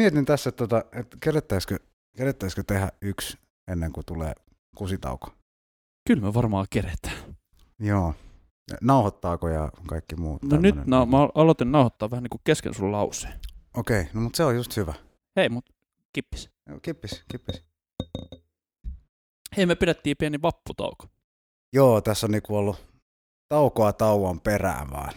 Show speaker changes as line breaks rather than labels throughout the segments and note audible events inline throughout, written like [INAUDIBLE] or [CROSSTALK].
Mietin tässä, että tota, et kerettäisikö, kerettäisikö tehdä yksi ennen kuin tulee kusitauko.
Kyllä me varmaan keretään.
Joo. Nauhoittaako ja kaikki muu?
No nyt na- mä aloitin nauhoittaa vähän niin kuin kesken sun lauseen.
Okei, no mutta se on just hyvä.
Hei, mut kippis.
Joo, Kippis, kippis.
Hei, me pidettiin pieni vapputauko.
Joo, tässä on niinku ollut taukoa tauon perään vaan.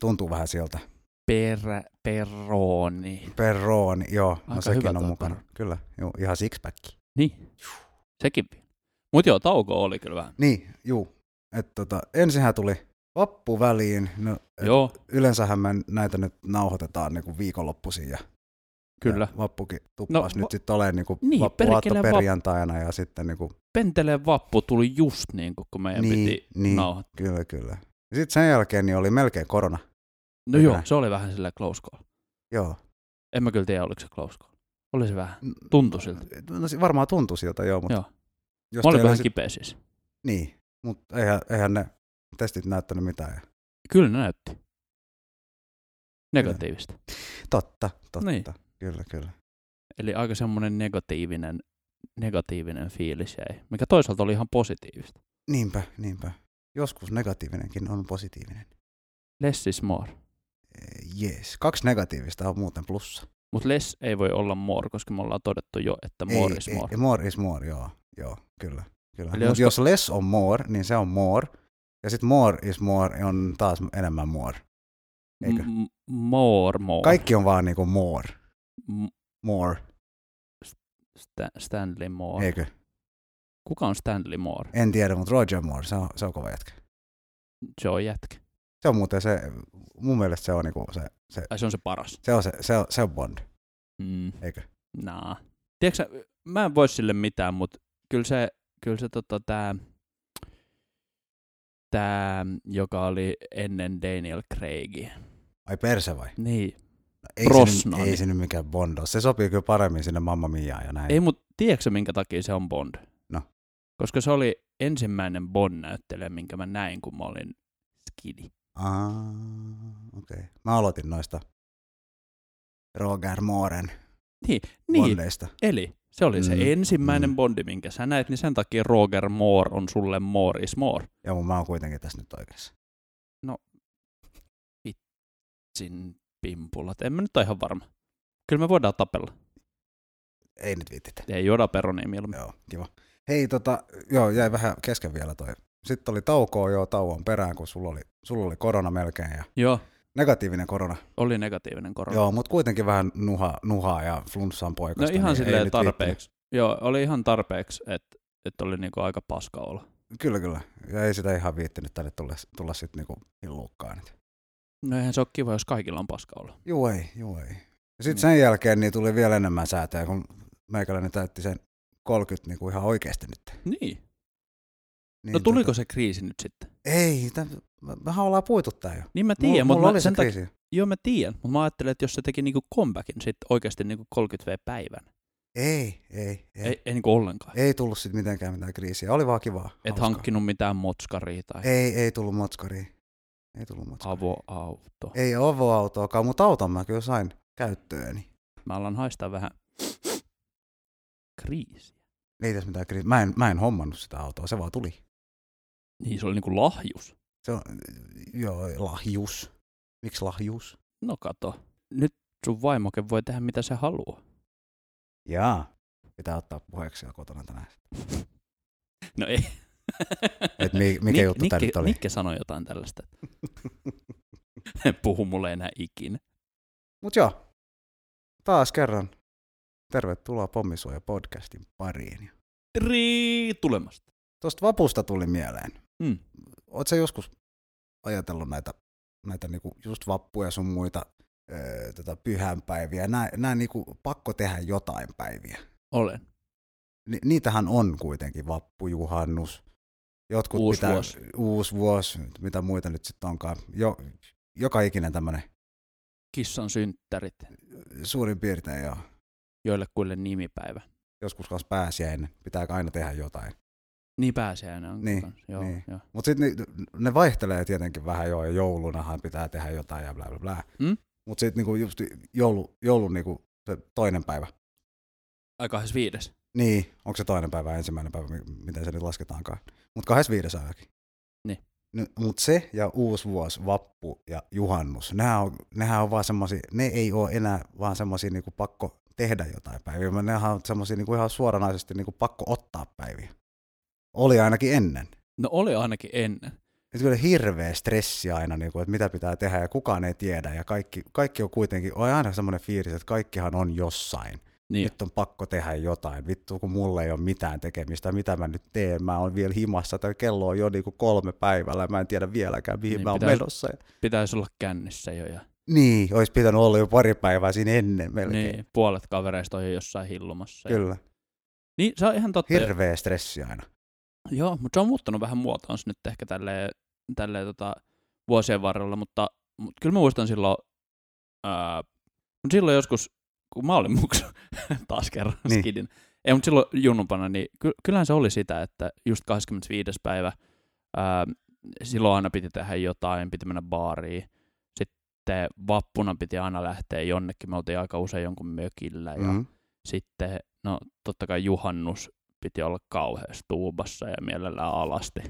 Tuntuu vähän siltä.
Perä, peroni.
Perroon, joo. No
Aika hyvä
sekin on
toi
mukana.
perro.
Kyllä, joo, ihan sixpacki.
Niin. Sekin vielä. Mut joo, tauko oli kyllä vähän.
Niin, juu. Et tota, ensinhän tuli vappu väliin. No, et
Joo,
yleensähän me näitä nyt nauhoitetaan niinku viikonloppuisin ja
kyllä.
Ja vappukin tuppas
No,
no, nyt
va-
sitten olemaan niinku
Niin,
niin,
perkele,
vappuaatto
vap-
perjantaina ja sitten niinku,
Penteleen vappu tuli just niin kuin kun meidän
Niin,
piti
niin.
nauhoittaa.
kyllä kyllä. Sitten sen jälkeen niin oli melkein korona.
No
Kyllä.
joo, se oli vähän sillä close call.
Joo.
En mä kyllä tiedä, oliko se close call. Oli se vähän.
N-
Tuntui siltä.
No, se varmaan tuntui siltä, joo. Mutta
Joo.
Jos
Mä olin
teillä
vähän
sit-
kipeä siis.
Niin, mutta eihän, eihän ne testit näyttänyt mitään. ja-
Kyllä ne näytti. Negatiivista.
Totta, totta.
Niin.
Niin. Kyllä, kyllä.
Eli aika semmoinen negatiivinen, negatiivinen fiilis jäi, mikä toisaalta oli ihan positiivista.
Niinpä, niinpä. Joskus negatiivinenkin on positiivinen.
Less is more.
Eh, Jees. Kaksi negatiivista on muuten plussa.
Mutta less ei voi olla more, koska me ollaan todettu jo, että more is more.
Ei, more is more, joo. Joo, kyllä. kyllä.
Eli
Mut
jos-
jos less on more, niin se on more. Ja sitten more is more on taas enemmän more. Eikö?
M- more, more.
Kaikki on vaan niinku more.
M-
More,
Sta- Stanley Moore.
eikö?
Kuka on Stanley Moore?
En tiedä, mutta Roger Moore, se on, se on kova jätkä.
Se on jätkä.
Se on muuten se, mun mielestä se on niinku se, se,
Ai se on se paras.
se on se, se on, se on Bond,
Mm.
eikö?
Naa. Tiedätkö, sä, mä en voi sille mitään, mutta kyllä se, kyllä se tota, tää, tää, joka oli ennen Daniel Craigia.
Ai perse vai?
Niin.
No, ei, se, nyt-
Brosnan.
ei se nyt mikään Bond ole. Se sopii kyllä paremmin sinne Mamma Miaan ja näin.
Ei, mutta tiedätkö sä, minkä takia se on Bond?
No.
Koska se oli ensimmäinen Bond-näyttelijä, minkä mä näin, kun mä olin skidi.
Aa, okei. Okay. Mä aloitin noista Roger Mooren
Niin,
niin. Bondeista.
eli se oli se
Mm,
ensimmäinen
mm.
Bondi, minkä sä näet, niin sen takia Roger Moore on sulle Moore is Moore.
Ja mun mä oon kuitenkin tässä nyt oikeassa.
Sin pimpulat. En mä nyt ole ihan varma. Kyllä me voidaan tapella.
Ei nyt viittitä.
Ei juoda peroniin mieluummin.
Joo, kiva. Hei, tota, joo, jäi vähän kesken vielä toi. Sitten oli taukoa, joo, tauon perään, kun sulla oli, sulla oli korona melkein ja
Joo,
negatiivinen korona.
oli negatiivinen korona.
Joo, mutta kuitenkin vähän nuha, nuhaa ja flunssan poikasta.
no ihan
niin ei
silleen
nyt
tarpeeksi. Joo, oli ihan tarpeeksi, että et oli niinku aika paska olla.
viittinyt. Kyllä, kyllä. Ja ei sitä ihan viittinyt tänne tulla, tulla sitten niinku hillukkaan. Et.
No eihän se ole kiva, jos kaikilla on paska olla.
Juu ei, juu ei. Ja
Mm.
sitten sen jälkeen niin tuli vielä enemmän säätöä, kun meikäläinen täytti sen 30 niinku ihan oikeasti nyt.
Niin.
Niin
No tuliko se kriisi nyt sitten?
Ei, täm, me- mehän ollaan puitu tää jo.
Niin mä
Mulla,
tiedän,
mulla
mutta
oli se
sen takia,
kriisi.
joo mä tiedän, mutta mä ajattelin, että jos se teki niinku comebackin sit oikeasti niinku 30 V-päivän,
Ei, ei, ei.
ei,
Ei,
ei niinku ollenkaan,
ei tullut sitten mitenkään mitään kriisiä. Oli vaan kivaa.
et
hauskaa.
hankkinut mitään motskaria tai
Ei, ei tullut motskaria. Ei tullut motskaria.
avoauto.
Ei avoautoakaan, mutta auton mä kyllä sain käyttööni.
Mä alan haistaa vähän kriisi.
Ei tässä mitään kriisiä. Mä en, mä en hommannut sitä autoa, se vaan tuli.
Niin se oli niinku lahjus.
Se on, joo, lahjus. Miksi lahjus?
No kato, nyt sun vaimoke voi tehdä mitä se haluaa.
Jaa. Pitää ottaa puheeksi siellä kotona tänään.
No ei.
Et mi,
[LAUGHS]
mikä
Nik-
juttu tää
Nikke-
nyt oli?
Nikke sanoi jotain tällaista. [LAUGHS] Puhu mulle enää ikinä.
Mut joo, taas kerran. Tervetuloa Pommisuoja podcastin pariin. Ja
Rii tulemasta.
Tosta vapusta tuli mieleen.
Mm.
Oot sä joskus ajatellut näitä, näitä niinku just vappuja sun muita öö, tätä pyhänpäiviä? Nää, nää niinku pakko tehdä jotain päiviä.
Olen.
Ni, niitähän on kuitenkin vappujuhannus. Jotkut
Uusi
pitää,
vuosi.
Uusi vuosi, mitä muita nyt sitten onkaan. Jo, joka ikinen tämmöinen
kissan synttärit,
suurin piirtein joo.
joille kuille nimipäivä.
Joskus kanssa pääsiäinen, pitää aina tehdä jotain.
Niin pääsiäinen on.
Niin,
kans, joo,
niin.
joo.
Mutta sitten ne vaihtelee tietenkin vähän joo, ja joulunahan pitää tehdä jotain ja bla bla bla.
Mm?
Mutta sitten niinku just joulu, joulu niinku se toinen päivä.
Ai 25.
Niin, onko se toinen päivä, ensimmäinen päivä, mi- miten se nyt lasketaankaan. Mutta 25. ainakin.
Niin.
Mutta se ja uusi vuosi, vappu ja juhannus, nehän on, nehän on vaan semmosia, ne ei ole enää vaan semmosia niinku pakko tehdä jotain päiviä, vaan nehän on semmosia niinku ihan suoranaisesti niinku pakko ottaa päiviä. Oli ainakin ennen.
No oli ainakin ennen.
Et kyllä hirveä stressi aina, niinku, että mitä pitää tehdä ja kukaan ei tiedä ja kaikki, kaikki on kuitenkin, on aina semmoinen fiilis, että kaikkihan on jossain
Niin.
nyt on pakko tehdä jotain, vittu kun mulla ei ole mitään tekemistä, mitä mä nyt teen, mä oon vielä himassa, tai kello on jo niinku kolme päivällä, mä en tiedä vieläkään mihin
Niin,
niin, mä oon
pitäis-
menossa. Ja...
Pitäisi olla kännissä jo. Ja,
Niin, olisi pitänyt olla jo pari päivää siinä ennen melkein. Niin,
niin, puolet kavereista on jo jossain hillumassa. ja-
Kyllä,
Niin, se on ihan totta.
hirveä stressi aina.
Joo, mutta se on muuttanut vähän muotoansa nyt ehkä tälleen, tälleen tota, vuosien varrella, mutta, mutta kyllä mä muistan silloin, ää, mut silloin joskus, kun mä olin [LAUGHS] muksu, taas kerran
Niin.
niin. skidin, ei, mutta silloin junnupana, niin ky- kyllähän se oli sitä, että just 25. päivä, ää, silloin aina piti tehdä jotain, piti mennä baariin, sitten vappuna piti aina lähteä jonnekin, me oltiin aika usein jonkun mökillä ja
Mm.
sitten, no totta kai juhannus piti olla kauheassa tuubassa ja mielellään alasti.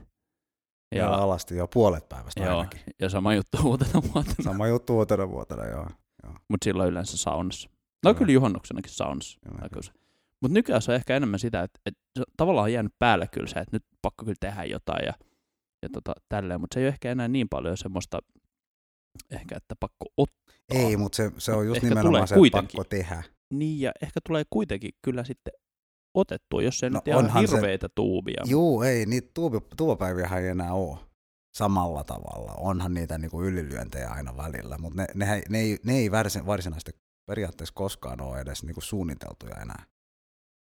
Ja
Ja,
alasti jo puolet päivästä
joo,
ainakin.
ja sama juttu uutena vuotena,
Sama juttu uutena vuotena, joo.
mutta silloin yleensä saunassa. No
Joo.
kyllä juhannuksenakin saunassa
Kyllä,
aika
kyllä.
usein. Mutta nykyään se on ehkä enemmän sitä, että, että se on tavallaan on jäänyt päälle kyllä se, että nyt pakko kyllä tehdä jotain ja, ja tota, tälleen, mutta se ei ole ehkä enää niin paljon semmoista, ehkä että pakko ottaa.
Ei, mutta se, se on just
Ehkä tulee
nimenomaan se, että
kuitenkin.
pakko tehdä.
Niin ja ehkä tulee kuitenkin kyllä sitten otettua, jos ei
No
no, nyt ihan
onhan se-
hirveitä tuubia.
Juu, ei, niitä tuubi- tuopäiviähän ei enää ole samalla tavalla. Onhan niitä niinku ylilyöntejä aina välillä, mutta ne, nehän, ne, ei, ne ei varsin, varsinaisesti periaatteessa koskaan ole edes niinku suunniteltuja enää.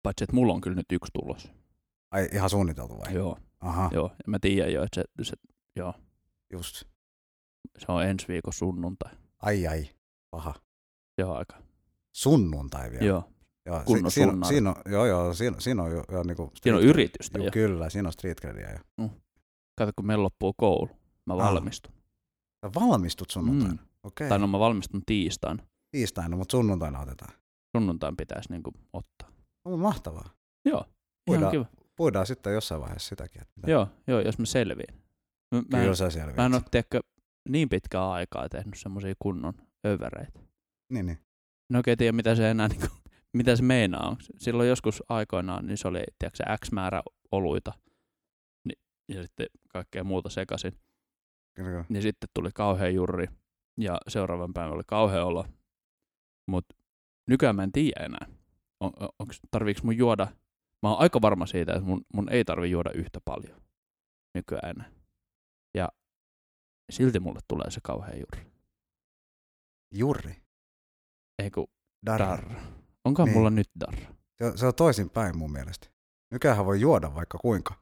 Paitsi, että mulla on kyllä nyt yksi tulos.
Ai ihan suunniteltu vai?
Joo,
Aha,
joo. Ja mä tiedän jo, että se, se, joo,
just.
se on ensi viikon sunnuntai.
Ai ai, paha.
Se on aika.
Sunnuntai vielä.
Joo.
joo
kunnon
siinä,
sunnari.
siinä, on, joo, joo, siinä, siinä on jo, jo niinku
Siinä on
street-
yritystä
Juu,
jo.
kyllä, siinä on street crediä jo.
Kato, kun meillä loppuu koulu. Mä valmistun.
Sä valmistut sunnuntaina?
Mm.
Mm. Okei,
Tai
okay.
no mä valmistun tiistaina.
tiistaina, mutta sunnuntaina otetaan.
Sunnuntain pitäisi niinku ottaa.
On mahtavaa.
Joo. Ihan
Voidaan-
kiva.
Puidaan sitten jossain vaiheessa sitäkin. Että mitä
Joo, joo, jos mä selviin. Mä, mä, en,
Kyllä sä selviät.
mä en ole tiedäkö, niin pitkään aikaa tehnyt semmoisia kunnon övereitä.
Niin, niin.
No oikein tiedä, mitä se enää, niinku, [LAUGHS] mitä se meinaa. Onks- Silloin joskus aikoinaan, niin se oli tiedätkö, se X määrä oluita Ni- ja sitten kaikkea muuta sekaisin.
Kyllä, kyllä.
niin sitten tuli kauhea jurri ja seuraavan päivän oli kauhea olo. Mutta nykyään mä en tiedä enää, on, on, onks- tarviiks mun juoda. Mä oon aika varma siitä, että mun, mun ei tarvi juoda yhtä paljon nykyään enää. Ja silti mulle tulee se kauhea jurri.
Jurri.
Ei kun
Darra.
dar. Onkaan
Niin.
mulla nyt darra?
Se, on- se on toisinpäin mun mielestä. Nykäänhän voi juoda vaikka kuinka.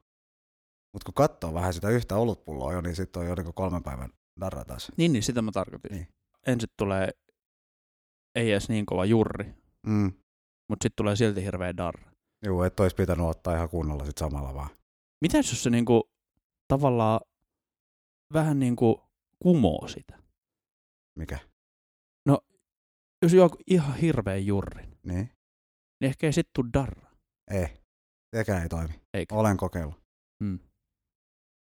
Mutta kun katsoo vähän sitä yhtä olutpulloa jo, niin sitten on jo niinku kolmen päivän darra taas.
Niin, niin sitä mä tarkoitin.
Niin.
Ensin tulee ei edes niin kova jurri,
Mm.
mutta sitten tulee silti hirveä darra.
Juu, et ois pitänyt ottaa ihan kunnolla sit samalla vaan.
Mitäs jos se niinku, tavallaan vähän niinku kumoo sitä?
Mikä?
Jos juo ihan hirveän jurrin,
Niin?
niin ehkä ei sit tuu darra.
Ei. Sekään ei toimi.
Eikö?
Olen kokeillut.
Mm.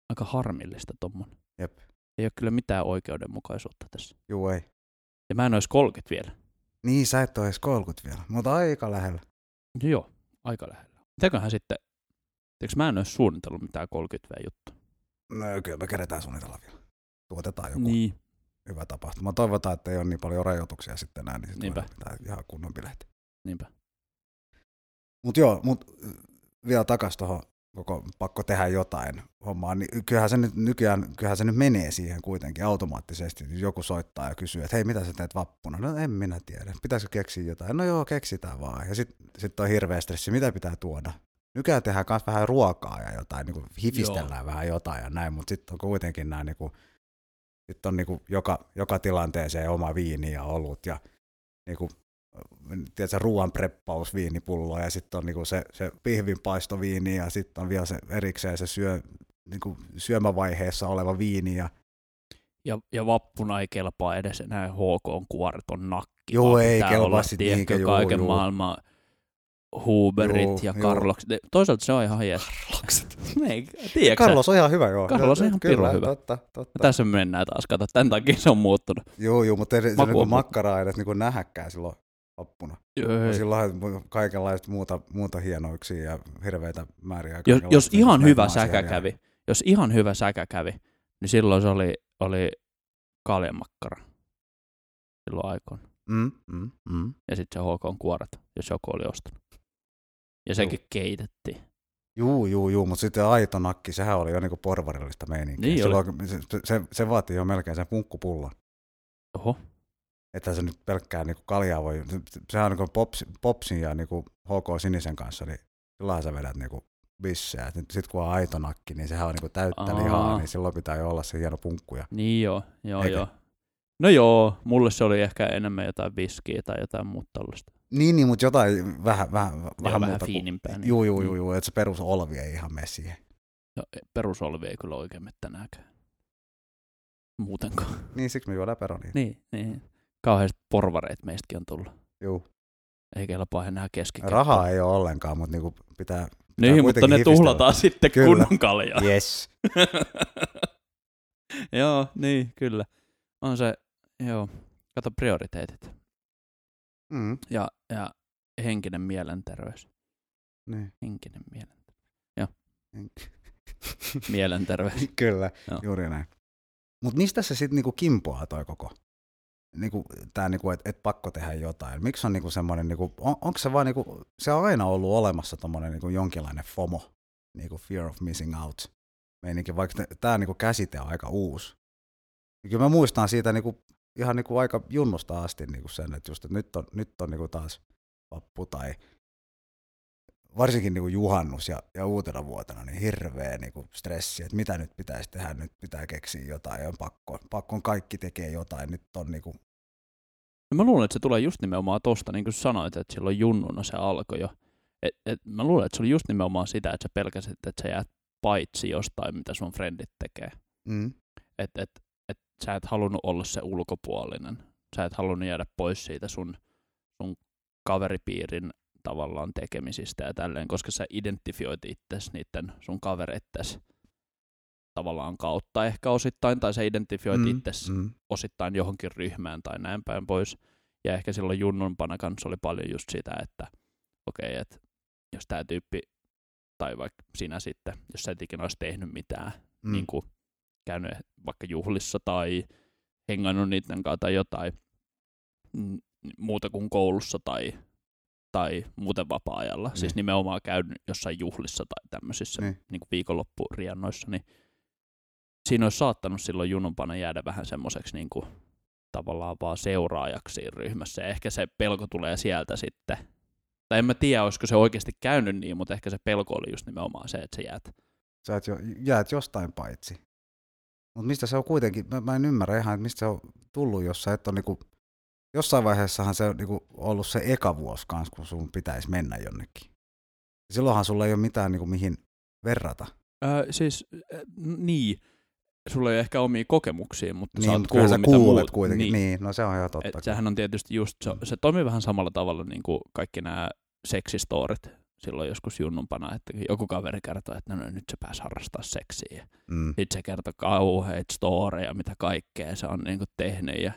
Aika harmillista tommonen.
Jep.
Ei ole kyllä mitään oikeudenmukaisuutta tässä.
Juu, ei.
Ja mä en ois 30 vielä.
Niin, sä et oo edes kolkut vielä, mutta aika lähellä.
No Joo, aika lähellä. Mitäköhän sitten, tiiäks mä en ois suunnitellut mitään 30 juttua.
No kyllä me keretään suunnitella vielä. Tuotetaan joku niin.
Niin,
hyvä tapahtuma. Toivotaan, että ei ole niin paljon rajoituksia sitten enää, niin sitten
Niinpä.
ihan kunnon bileet.
niinpä.
Mutta joo, mut vielä takas tuohon koko pakko tehdä jotain hommaan, niin kyllähän se nyt nykyään, kyllähän se nyt menee siihen kuitenkin automaattisesti. Joku soittaa ja kysyy, että hei, mitä sä teet vappuna? No en minä tiedä. Pitäisikö keksiä jotain? No joo, keksitään vaan. Ja sitten sit on hirveä stressi, mitä pitää tuoda? Nykyään tehdään myös vähän ruokaa ja jotain, niin kuin hifistellään joo. vähän jotain ja näin, mutta sitten on kuitenkin nämä, niin kuin, sit on niin kuin joka, joka tilanteeseen oma viini ja olut ja niin kuin tiedätkö, ruoan preppaus viinipullo ja sitten on niinku se, se pihvinpaisto viini ja sitten on vielä se erikseen se syö, niinku syömävaiheessa oleva viini ja
Ja, ja vappuna ei kelpaa edes enää HK on kuoreton nakki.
Joo,
vaan
ei
pitää
kelpaa
olla,
sit
tiedätkö,
niinkö, juu,
kaiken
juu.
maailman Huberit
Juu,
ja
juu.
Karlokset. Toisaalta se on ihan jees. Karlokset. ei, tiedätkö sä?
Carlos on ihan hyvä, joo.
Carlos on ihan
Kyllä,
pirun hyvä.
Totta, totta.
Tässä me mennään taas, kato, tämän takia se on muuttunut.
Joo, joo, mutta ei se
Maku
niinku
on-
makkaraa edes niinku nähäkään silloin vappuna.
Joo,
Silloin on kaikenlaista muuta, muuta hienouksia ja hirveitä määriä.
jos,
kaikenlaista
jos ihan
semmoista
hyvä
maasia
säkä
vielä.
kävi, jos ihan hyvä säkä kävi, niin silloin se oli, oli kaljamakkara silloin aikoina.
Mm, mm, mm.
Ja sitten se HK on kuoret, jos joku oli ostanut. Ja sekin keitettiin.
Juu, juu, juu, mutta sitten aito nakki, sehän oli jo niinku porvarillista meininkiä.
Niin oli.
Silloin se, se, se, vaatii jo melkein sen punkkupullon.
Oho,
Että se nyt pelkkää niinku kaljaa voi, se- sehän on niinku pops, popsin ja niinku HK Sinisen kanssa, niin silloinhan sä vedät niinku bissejä. Nyt sit kun on aito nakki, niin sehän on niinku täyttä
Aa.
lihaa, niin silloin pitää jo olla se hieno punkku. Ja,
niin joo, joo,
Eikä?
joo. No joo, mulle se oli ehkä enemmän jotain viskiä tai jotain muuta tällaista.
niin, niin, mutta jotain vähän, vähän, vähän,
Vähän, vähän
muuta. kuin-
fiinimpää. Niin.
Juu, juu, juu, juu, että se perusolvi ei ihan mene siihen.
No, perusolvi ei kyllä oikein mene tänäänkään. Muutenkaan.
Niin, siksi me juodaan peronia.
[LAUGHS] niin, niin. Kauheasti porvareit meistäkin on tullut.
Juu.
Ei kelpaa enää keskikäyttöön.
Rahaa ei ole ollenkaan, mutta niinku pitää...
Niin, mutta
kuitenkin
ne
hifistellä.
tuhlataan [LAUGHS] sitten
Kyllä.
kyllä. kunnon kaljaa. [LAUGHS]
Yes.
joo, niin, kyllä. On se, joo, kato prioriteetit.
Mm,
Ja, ja henkinen mielenterveys.
niin.
Henkinen mielenterveys. Joo,
Hen- [LAUGHS]
mielenterveys.
Kyllä,
Joo.
juuri näin. Mutta mistä se sitten niinku kimpoaa toi koko? Niinku, tää niinku, että et pakko tehdä jotain. Miksi on niinku semmoinen, niinku, on, onko se vaan niinku, se on aina ollut olemassa tommonen niinku jonkinlainen FOMO, niinku fear of missing out. Meininki, vaikka tämä niinku käsite on aika uusi. Ja kyllä mä muistan siitä niinku, ihan niinku aika junnusta asti niinku sen, että just, et nyt on, nyt on niinku taas vappu tai varsinkin niin kuin juhannus ja, ja uutena vuotena niin hirveä niin kuin stressi, että mitä nyt pitäisi tehdä, nyt pitää keksiä jotain ja on pakko, pakko on kaikki tekee jotain, nyt on niin kuin,
No mä luulen, että se tulee just nimenomaan tosta, niin kuin sanoit, että silloin junnuna se alkoi jo. Et, et, mä luulen, että se oli just nimenomaan sitä, että sä pelkäsit, että sä jäät paitsi jostain, mitä sun frendit tekee.
mm,
Että et, et, sä et halunnut olla se ulkopuolinen. Sä et halunnut jäädä pois siitä sun, sun kaveripiirin tavallaan tekemisistä ja tälleen, koska sä identifioit itsesi niiden sun kavereittes tavallaan kautta ehkä osittain, tai sä identifioit mm,
mm,
itsesi
mm,
osittain johonkin ryhmään tai näin päin pois. Ja ehkä silloin junnunpana kanssa oli paljon just sitä, että okei, okay, että jos tämä tyyppi, tai vaikka sinä sitten, jos sä et ikinä olisi tehnyt mitään,
mm,
mm. niin kuin käynyt vaikka juhlissa tai hengannut niiden kanssa tai jotain mm, muuta kuin koulussa tai, tai muuten vapaa-ajalla.
Niin.
Niin. Siis nimenomaan käynyt jossain juhlissa tai tämmöisissä
Niin.
niin. Niin kuin viikonloppuriannoissa, niin siinä olisi saattanut silloin jununpana jäädä vähän semmoiseksi niin kuin, tavallaan vaan seuraajaksi siinä ryhmässä. Ja ehkä se pelko tulee sieltä sitten. Tai en mä tiedä, olisiko se oikeasti käynyt niin, mutta ehkä se pelko oli just nimenomaan se, että sä jäät
sä et jo, jäät jostain paitsi. Mutta mistä se on kuitenkin, mä, mä en ymmärrä ihan, että mistä se on tullut, jos sä et on niin kuin, jossain vaiheessahan se on niin kuin ollut se eka vuosi kanssa, kun sun pitäisi mennä jonnekin. Silloinhan sulla ei ole mitään niin kuin mihin verrata.
Öö, siis, äh, n- niin, sulla ei ehkä omia kokemuksia, mutta sä oot
mut Niin, kyllä
kuullut,
sä
mitä
kuulet
muut.
kuitenkin.
Niin.
Niin. niin. no se on ihan totta.
Et
kyllä.
sehän on tietysti just, se, se toimii vähän samalla tavalla niin kuin kaikki nämä seksistoorit silloin joskus junnumpana, että joku kaveri kertoo, että no, no nyt se pääsi harrastaa seksiä. Ja
Mm.
Sit se kertoo kauheita storeja, mitä kaikkea se on niin kuin tehnyt ja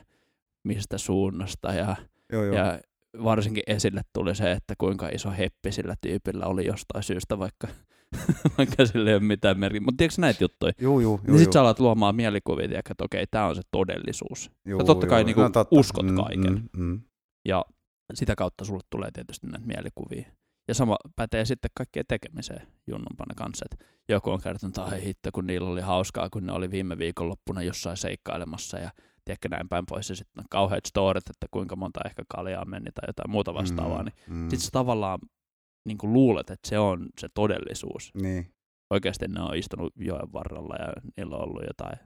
mistä suunnasta ja
Joo, joo.
ja varsinkin esille tuli se, että kuinka iso heppi sillä tyypillä oli jostain syystä, vaikka, [LAUGHS] vaikka sillä ei ole mitään merkitystä. Mutta tiedätkö näitä juttuja?
Juu, juu, juu,
Niin sit
juu,
sä alat luomaan mielikuvia, tiedätkö, että okei, tämä on se todellisuus.
juu,
sä totta kai
juu.
niinku uskot kaiken.
Mm, mm,
Ja sitä kautta sulle tulee tietysti näitä mielikuvia. Ja sama pätee sitten kaikkeen tekemiseen junnunpana kanssa. Et joku on kertonut, että ai hitto, kun niillä oli hauskaa, kun ne oli viime viikonloppuna jossain seikkailemassa ja tiedätkö näin päin pois. Ja sitten on kauheat storit, että kuinka monta ehkä kaljaa meni tai jotain muuta vastaavaa. Niin
Mm, mm.
sitten sä tavallaan niin kuin luulet, että se on se todellisuus.
Niin,
Oikeasti ne on istunut joen varrella ja niillä on ollut jotain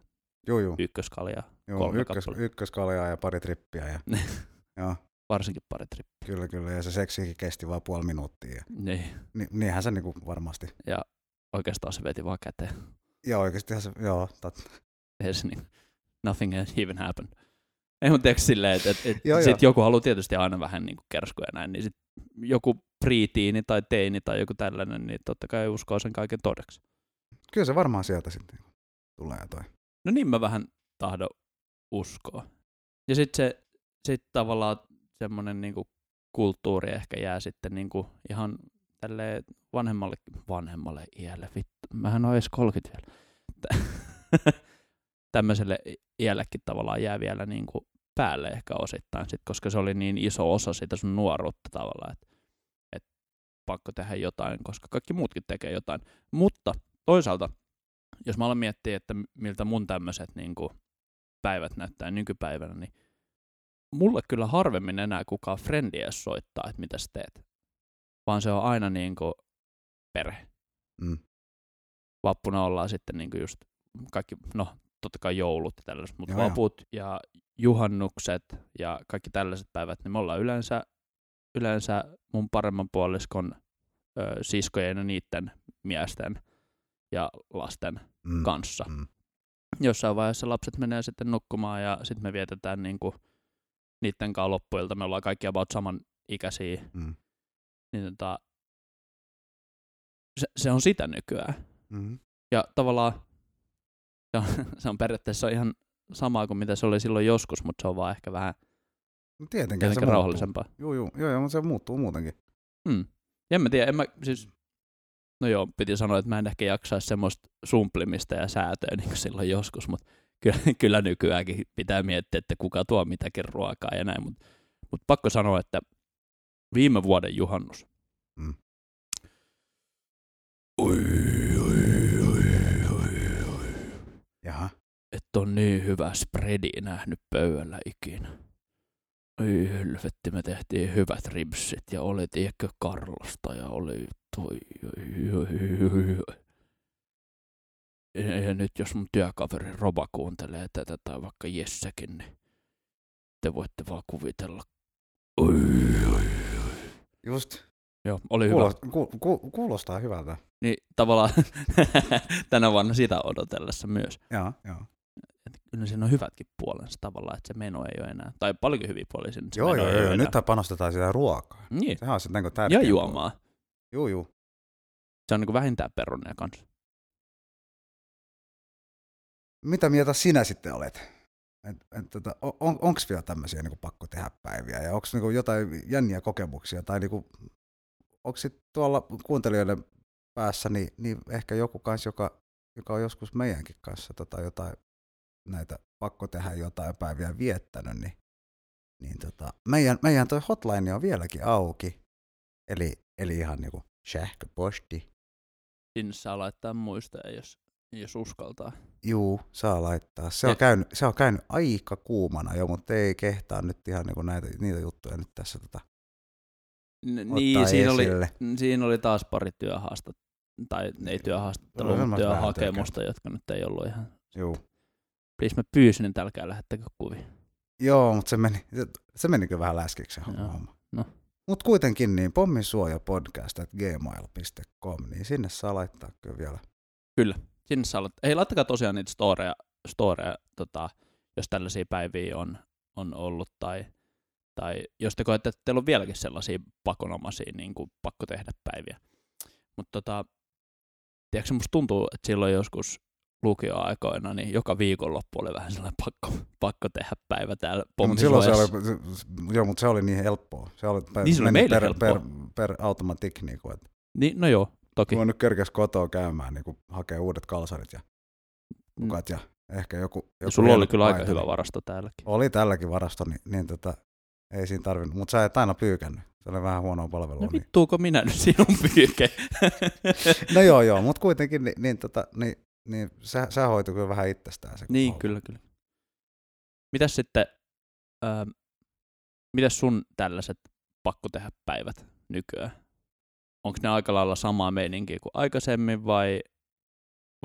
juu, juu.
ykköskaljaa,
juu
kolme
ykkös,
kappaletta. Niin.
ykköskaljaa ja pari trippiä. Ja, [LAUGHS] joo,
varsinkin pari trippiä.
kyllä, kyllä. Ja se seksikin kesti vain puoli minuuttia. Ja,
Niin,
ni, niinhän se niinku varmasti.
oikeastaan se veti vaan käteen.
Ja oikeastihan se, joo, tot,
Ei se, niin, nothing has even happened. Ei mun tiedä silleen, että et, et
Joo,
sit joku haluaa tietysti aina vähän niin kerskuja näin, niin sit joku priitiini tai teini tai joku tällainen, niin totta kai uskoo sen kaiken todeksi.
Kyllä se varmaan sieltä sitten niinku tulee toi.
No niin mä vähän tahdon uskoa. Ja sitten se sit tavallaan semmoinen niinku kulttuuri ehkä jää sitten niinku ihan tälle vanhemmalle, vanhemmalle iälle. Vittu, mähän oon edes 30 vielä. Tä- [LAUGHS] Tämmöiselle iällekin tavallaan jää vielä niinku päälle ehkä osittain, sit, koska se oli niin iso osa sitä sun nuoruutta tavallaan, että et pakko tehdä jotain, koska kaikki muutkin tekee jotain. Mutta toisaalta jos mä alan miettiä, että miltä mun tämmöiset niin päivät näyttää nykypäivänä, niin mulle kyllä harvemmin enää kukaan frendi edes soittaa, että mitä sä teet. Vaan se on aina niin kuin perhe.
Mm.
Vappuna ollaan sitten niin kuin just kaikki, no totta kai joulut ja tällaiset, mutta
Joo, joo.
vaput ja juhannukset ja kaikki tällaiset päivät, niin me ollaan yleensä, yleensä mun paremman puoliskon ö, siskojen ja niiden miesten ja lasten
Mm.
kanssa.
Mm.
Jossain vaiheessa lapset menee sitten nukkumaan ja sitten me vietetään niinku niiden kanssa loppuilta. Me ollaan kaikki about samanikäisiä.
Mm.
Niin tota, se, se, on sitä nykyään.
Mm.
Ja tavallaan se on, [LAUGHS] se on periaatteessa ihan samaa kuin mitä se oli silloin joskus, mutta se on vaan ehkä vähän
No tietenkin se
jotenkin
muuttuu.
rauhallisempaa.
Joo, joo, joo, joo, mutta se muuttuu muutenkin.
Mm. En mä tiedä, en mä siis... No joo, piti sanoa, että mä en ehkä jaksaisi semmoista sumplimista ja säätöä niin kuin silloin joskus, mutta kyllä, [LAUGHS] kyllä nykyäänkin pitää miettiä, että kuka tuo mitäkin ruokaa ja näin. Mutta mut pakko sanoa, että viime vuoden juhannus.
Mm.
Oi, oi, oi, oi, oi.
Jaha.
Et on niin hyvä spreadi nähnyt pöydällä ikinä. Ei helvetti, me tehtiin hyvät ribsit ja oli tiedätkö Karlosta ja oli toi... oi, oi, oi, oi. Ja- Ja nyt jos mun työkaveri Roba kuuntelee tätä tai vaikka Jessekin, niin te voitte vaan kuvitella. Oi, oi, oi.
Just.
Joo, oli hyvä.
Kuulostaa, ku, ku, kuulostaa hyvältä.
Niin tavallaan [LAUGHS] tänä vuonna sitä odotellessa myös.
Joo, joo.
että kyllä siinä on hyvätkin puolensa tavallaan, että se meno ei ole enää, tai paljonkin hyviä puolia siinä, että se
Joo,
meno
joo,
ei
joo,
ole
joo.
enää.
Nythän panostetaan sitä ruokaa.
Niin,
Sehän on sitten niin
ja
tärkeä.
juomaa.
Joo, joo.
Se on niin vähintään perunia kanssa.
Mitä mieltä sinä sitten olet? Et, et, tota, on, onko vielä tämmöisiä niin pakko tehdä päiviä ja onko niin jotain jänniä kokemuksia tai niin onko tuolla kuuntelijoiden päässä niin, niin ehkä joku kanssa, joka, joka on joskus meidänkin kanssa tota, jotain näitä pakko tehdä jotain päiviä viettänyt, niin, niin tota, meidän, meidän toi hotline on vieläkin auki. Eli, eli ihan niin kuin sähköposti.
Sinne saa laittaa muistoja, jos, jos uskaltaa.
Juu, saa laittaa. Se on,
Ja-
käynyt, se on käynyt aika kuumana jo, mutta ei kehtaa nyt ihan niinku näitä, niitä juttuja nyt tässä tota,
N-
ottaa
niin, siinä oli,
esille.
siinä oli taas pari työhaastat, tai ei työhaastattelua,
Oli
mutta
varmasti vähän
työhakemusta, jotka nyt ei ollut ihan.
Juu.
Please mä pyysin, että älkää lähettäkö kuvia.
Joo, mutta se meni, se, se meni kyllä vähän läskiksi se
Joo,
homma.
no.
Mutta kuitenkin niin pommisuojapodcast.gmail.com, niin sinne saa laittaa kyllä vielä.
Sinne saa laittaa. Hei, laittakaa tosiaan niitä storeja, storeja tota, jos tällaisia päiviä on, on ollut, tai, tai jos te koette, että teillä on vieläkin sellaisia pakonomaisia niin kuin pakko tehdä päiviä. Mutta tota, tiedätkö, musta tuntuu, että silloin joskus lukioaikoina, niin joka viikonloppu oli vähän sellainen pakko, pakko tehdä päivä täällä
Mutta No, silloin se
pommisuojassa.
oli, se- se- joo, mutta se oli niin helppoa. Se oli, per,
Niin se oli
meni
meille
per, per,
helppoa.
per, automatic, niin kuin, että
Niin, no joo, toki.
mä oon nyt kerkes kotoa käymään, niin kuin, hakee uudet kalsarit ja mukat ja ehkä joku... joku
Mm. Ja sulla oli
hieno
kyllä aika
paita,
hyvä
niin-
varasto täälläkin.
Oli tälläkin varasto, niin, niin tota, ei siinä tarvinnut. Mutta sä et aina pyykännyt. Se oli vähän huonoa palvelua.
No
niin.
vittuuko minä nyt sinun
[LAUGHS]
pyyke?
no joo, joo, mutta kuitenkin niin, niin, tota, niin, niin sä, sä hoitui kyllä vähän itsestään se.
Niin,
homma.
kyllä, kyllä. Mitäs sitten, ää, mitäs sun tällaiset pakko tehdä päivät nykyään? Onko ne aika lailla samaa meininkiä kuin aikaisemmin vai,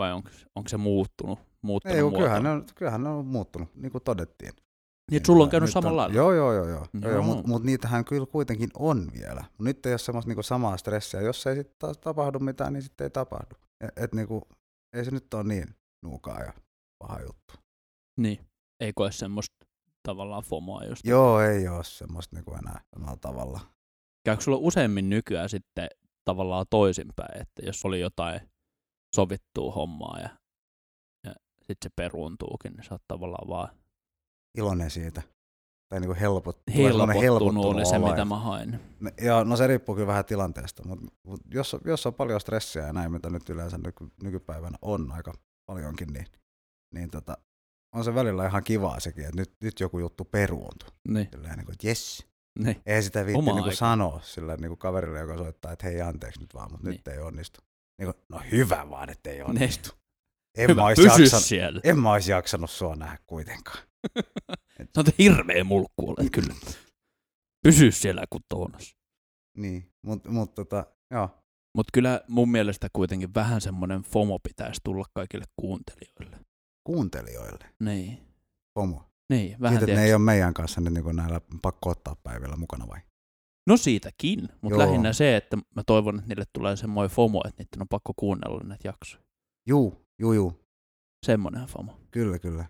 vai onko se muuttunut? muuttunut
Ei, kun
muotoon?
kyllähän, ne on, kyllähän ne on muuttunut, niin kuin todettiin.
Niin, että sulla on
tota,
käynyt
nyt on-
samalla lailla?
Joo, joo, joo. joo. joo. joo
Joo.
mutta mut niitähän kyllä kuitenkin on vielä. Nyt ei ole semmoista niinku samaa stressiä. Jos ei sitten taas tapahdu mitään, niin sitten ei tapahdu. E- Et, et niinku, ei se nyt ole niin nuukaa ja paha juttu.
Niin. ei koe semmoista tavallaan FOMOa just.
Joo, ei ole semmoista niinku enää samalla tavalla.
Käykö sulla useammin nykyään sitten tavallaan toisinpäin, että jos oli jotain sovittua hommaa ja, ja sitten se peruuntuukin, niin sä oot tavallaan vaan
Iloinen siitä. Tai niinku helpot, tulee semmoinen
helpottunut oli se,
olo,
mitä
että-
mä hain.
No, Joo, no se riippuu kyllä vähän tilanteesta, mutta mut jos, on- jos on paljon stressiä ja näin, mitä nyt yleensä nyky, nykypäivänä on aika paljonkin, niin, niin tota, on se välillä ihan kivaa sekin, että nyt, nyt joku juttu peruuntui.
Niin,
Silleen niin kuin, että jes,
niin.
ei sitä viitti
Omaa
niin kuin
aikaa.
sanoa sillä niin kuin kaverille, joka soittaa, että hei anteeksi nyt vaan, mutta niin. nyt ei onnistu. Niin kuin, no hyvä vaan, että ei onnistu. En,
Hyvä,
mä ois
pysy
jaksanut,
siellä.
en mä ois jaksanut sua nähdä kuitenkaan.
Sä oot hirveä mulkku olet kyllä. Pysy siellä kuin tuonas.
Niin, mutta mut, tota, joo,
Mutta kyllä mun mielestä kuitenkin vähän semmoinen FOMO pitäisi tulla kaikille kuuntelijoille.
kuuntelijoille,
Niin.
pomo.
Niin,
Vähän
vähän
Siitä, että ne
tiedätkö-
ei ole meidän kanssa nyt niin näillä pakko ottaa päivillä mukana vai?
No siitäkin, mutta
Joo.
lähinnä se, että mä toivon, että niille tulee semmoinen FOMO, että niiden on pakko kuunnella näitä jaksoja.
Juu, juu, juu,
Semmoinen FOMO.
kyllä, kyllä.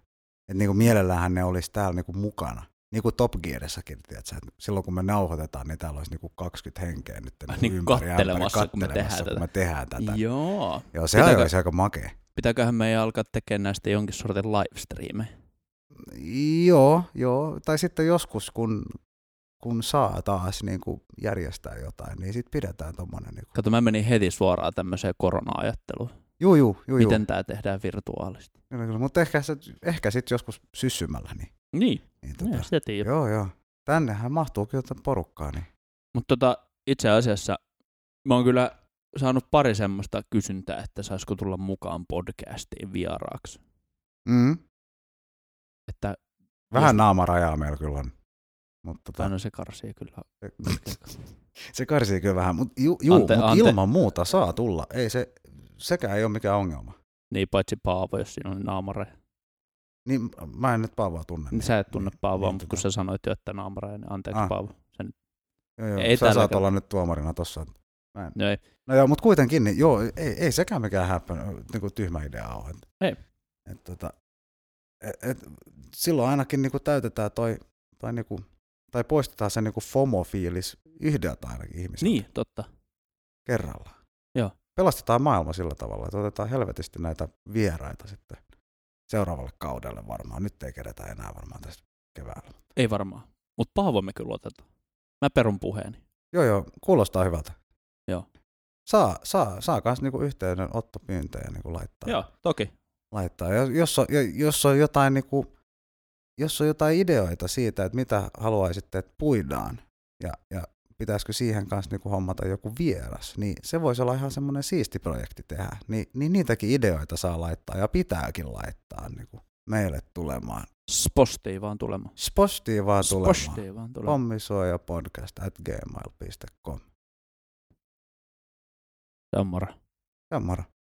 Et niin kuin mielellähän ne olisi täällä niin kuin mukana. Niin kuin Top Gearissakin, tiedätkö, että silloin kun me nauhoitetaan, niin täällä olisi niin kuin 20 henkeä nyt
Ai
niin
niin,
niin ympäri
kattelemassa,
ämpäri
kun me tehdään
kun me tehdään tätä. Joo,
Joo.
Joo se
Pitääkö-
olisi aika makea.
Pitääköhän meidän alkaa tekemään näistä jonkin sortin livestreamejä?
Joo, joo. Tai sitten joskus, kun, kun saa taas niin kuin järjestää jotain, niin sitten pidetään tuommoinen. Niin
Kato, mä menin heti suoraan tämmöiseen korona-ajatteluun.
juu, juu, juu, juu.
Miten tämä tehdään virtuaalisesti?
Kyllä, kyllä. Mutta ehkä, se- ehkä sitten joskus syssymällä. Niin,
Niin,
niin tota,
tota. sitä tiedä.
Joo, joo. Tännehän mahtuu kyllä tätä porukkaa. Niin.
Mutta tota, itse asiassa mä oon kyllä saanut pari semmoista kysyntää, että saisiko tulla mukaan podcastiin vieraaksi.
Mm.
Että
Vähän
Jos-
naamarajaa meillä kyllä on. Mutta tota,
aina se karsii kyllä. [LAUGHS]
se karsii kyllä vähän. Mut ju, juu,
Ante-
mut
ante-
ilman muuta saa tulla. Ei se, sekään ei ole mikään ongelma.
Niin paitsi Paavo, jos siinä on naamareja.
Niin mä en nyt Paavoa tunne.
Niin, sä et tunne Paavoa,
niin,
mutta
tota.
kun sä sanoit jo, että naamareja, niin anteeksi
Ah.
Paavo. Sä nyt,
Joo, joo,
ei
sä saat
tälläkään.
olla nyt tuomarina tossa. Mä en.
no ei,
No joo, mutta kuitenkin, niin joo, ei, ei sekään mikään häppän, niin tyhmä idea ole. Et,
Ei.
Et, tota, et, et, silloin ainakin niin kuin täytetään toi, toi niin kuin, tai poistetaan se niin kuin FOMO-fiilis yhdeltä ainakin ihmiseltä
niin, totta.
kerrallaan.
Joo.
Pelastetaan maailma sillä tavalla, että otetaan helvetisti näitä vieraita sitten seuraavalle kaudelle varmaan. Nyt ei kerätä enää varmaan tästä keväällä.
Ei varmaan. Mutta Paavo me kyllä otetaan. Mä perun puheeni.
Joo, joo, kuulostaa hyvältä.
Joo.
Saa, saa, saa myös niinku yhteydenottopyyntöjä niinku laittaa.
Joo, toki.
laittaa. Ja Jos on, ja jos on jotain niinku, jos on jotain ideoita siitä, että mitä haluaisitte, että puidaan, ja, ja pitäisikö siihen kanssa niinku hommata joku vieras, niin se voisi olla ihan semmoinen siisti projekti tehdä. Ni, niin niitäkin ideoita saa laittaa ja pitääkin laittaa niinku meille tulemaan.
Spostiin vaan tulemaan.
Spostiin vaan tulemaan.
Spostiin vaan tulemaan.
Pommisuojapodcast at gmail.com.
Se on moro.
Ja moro.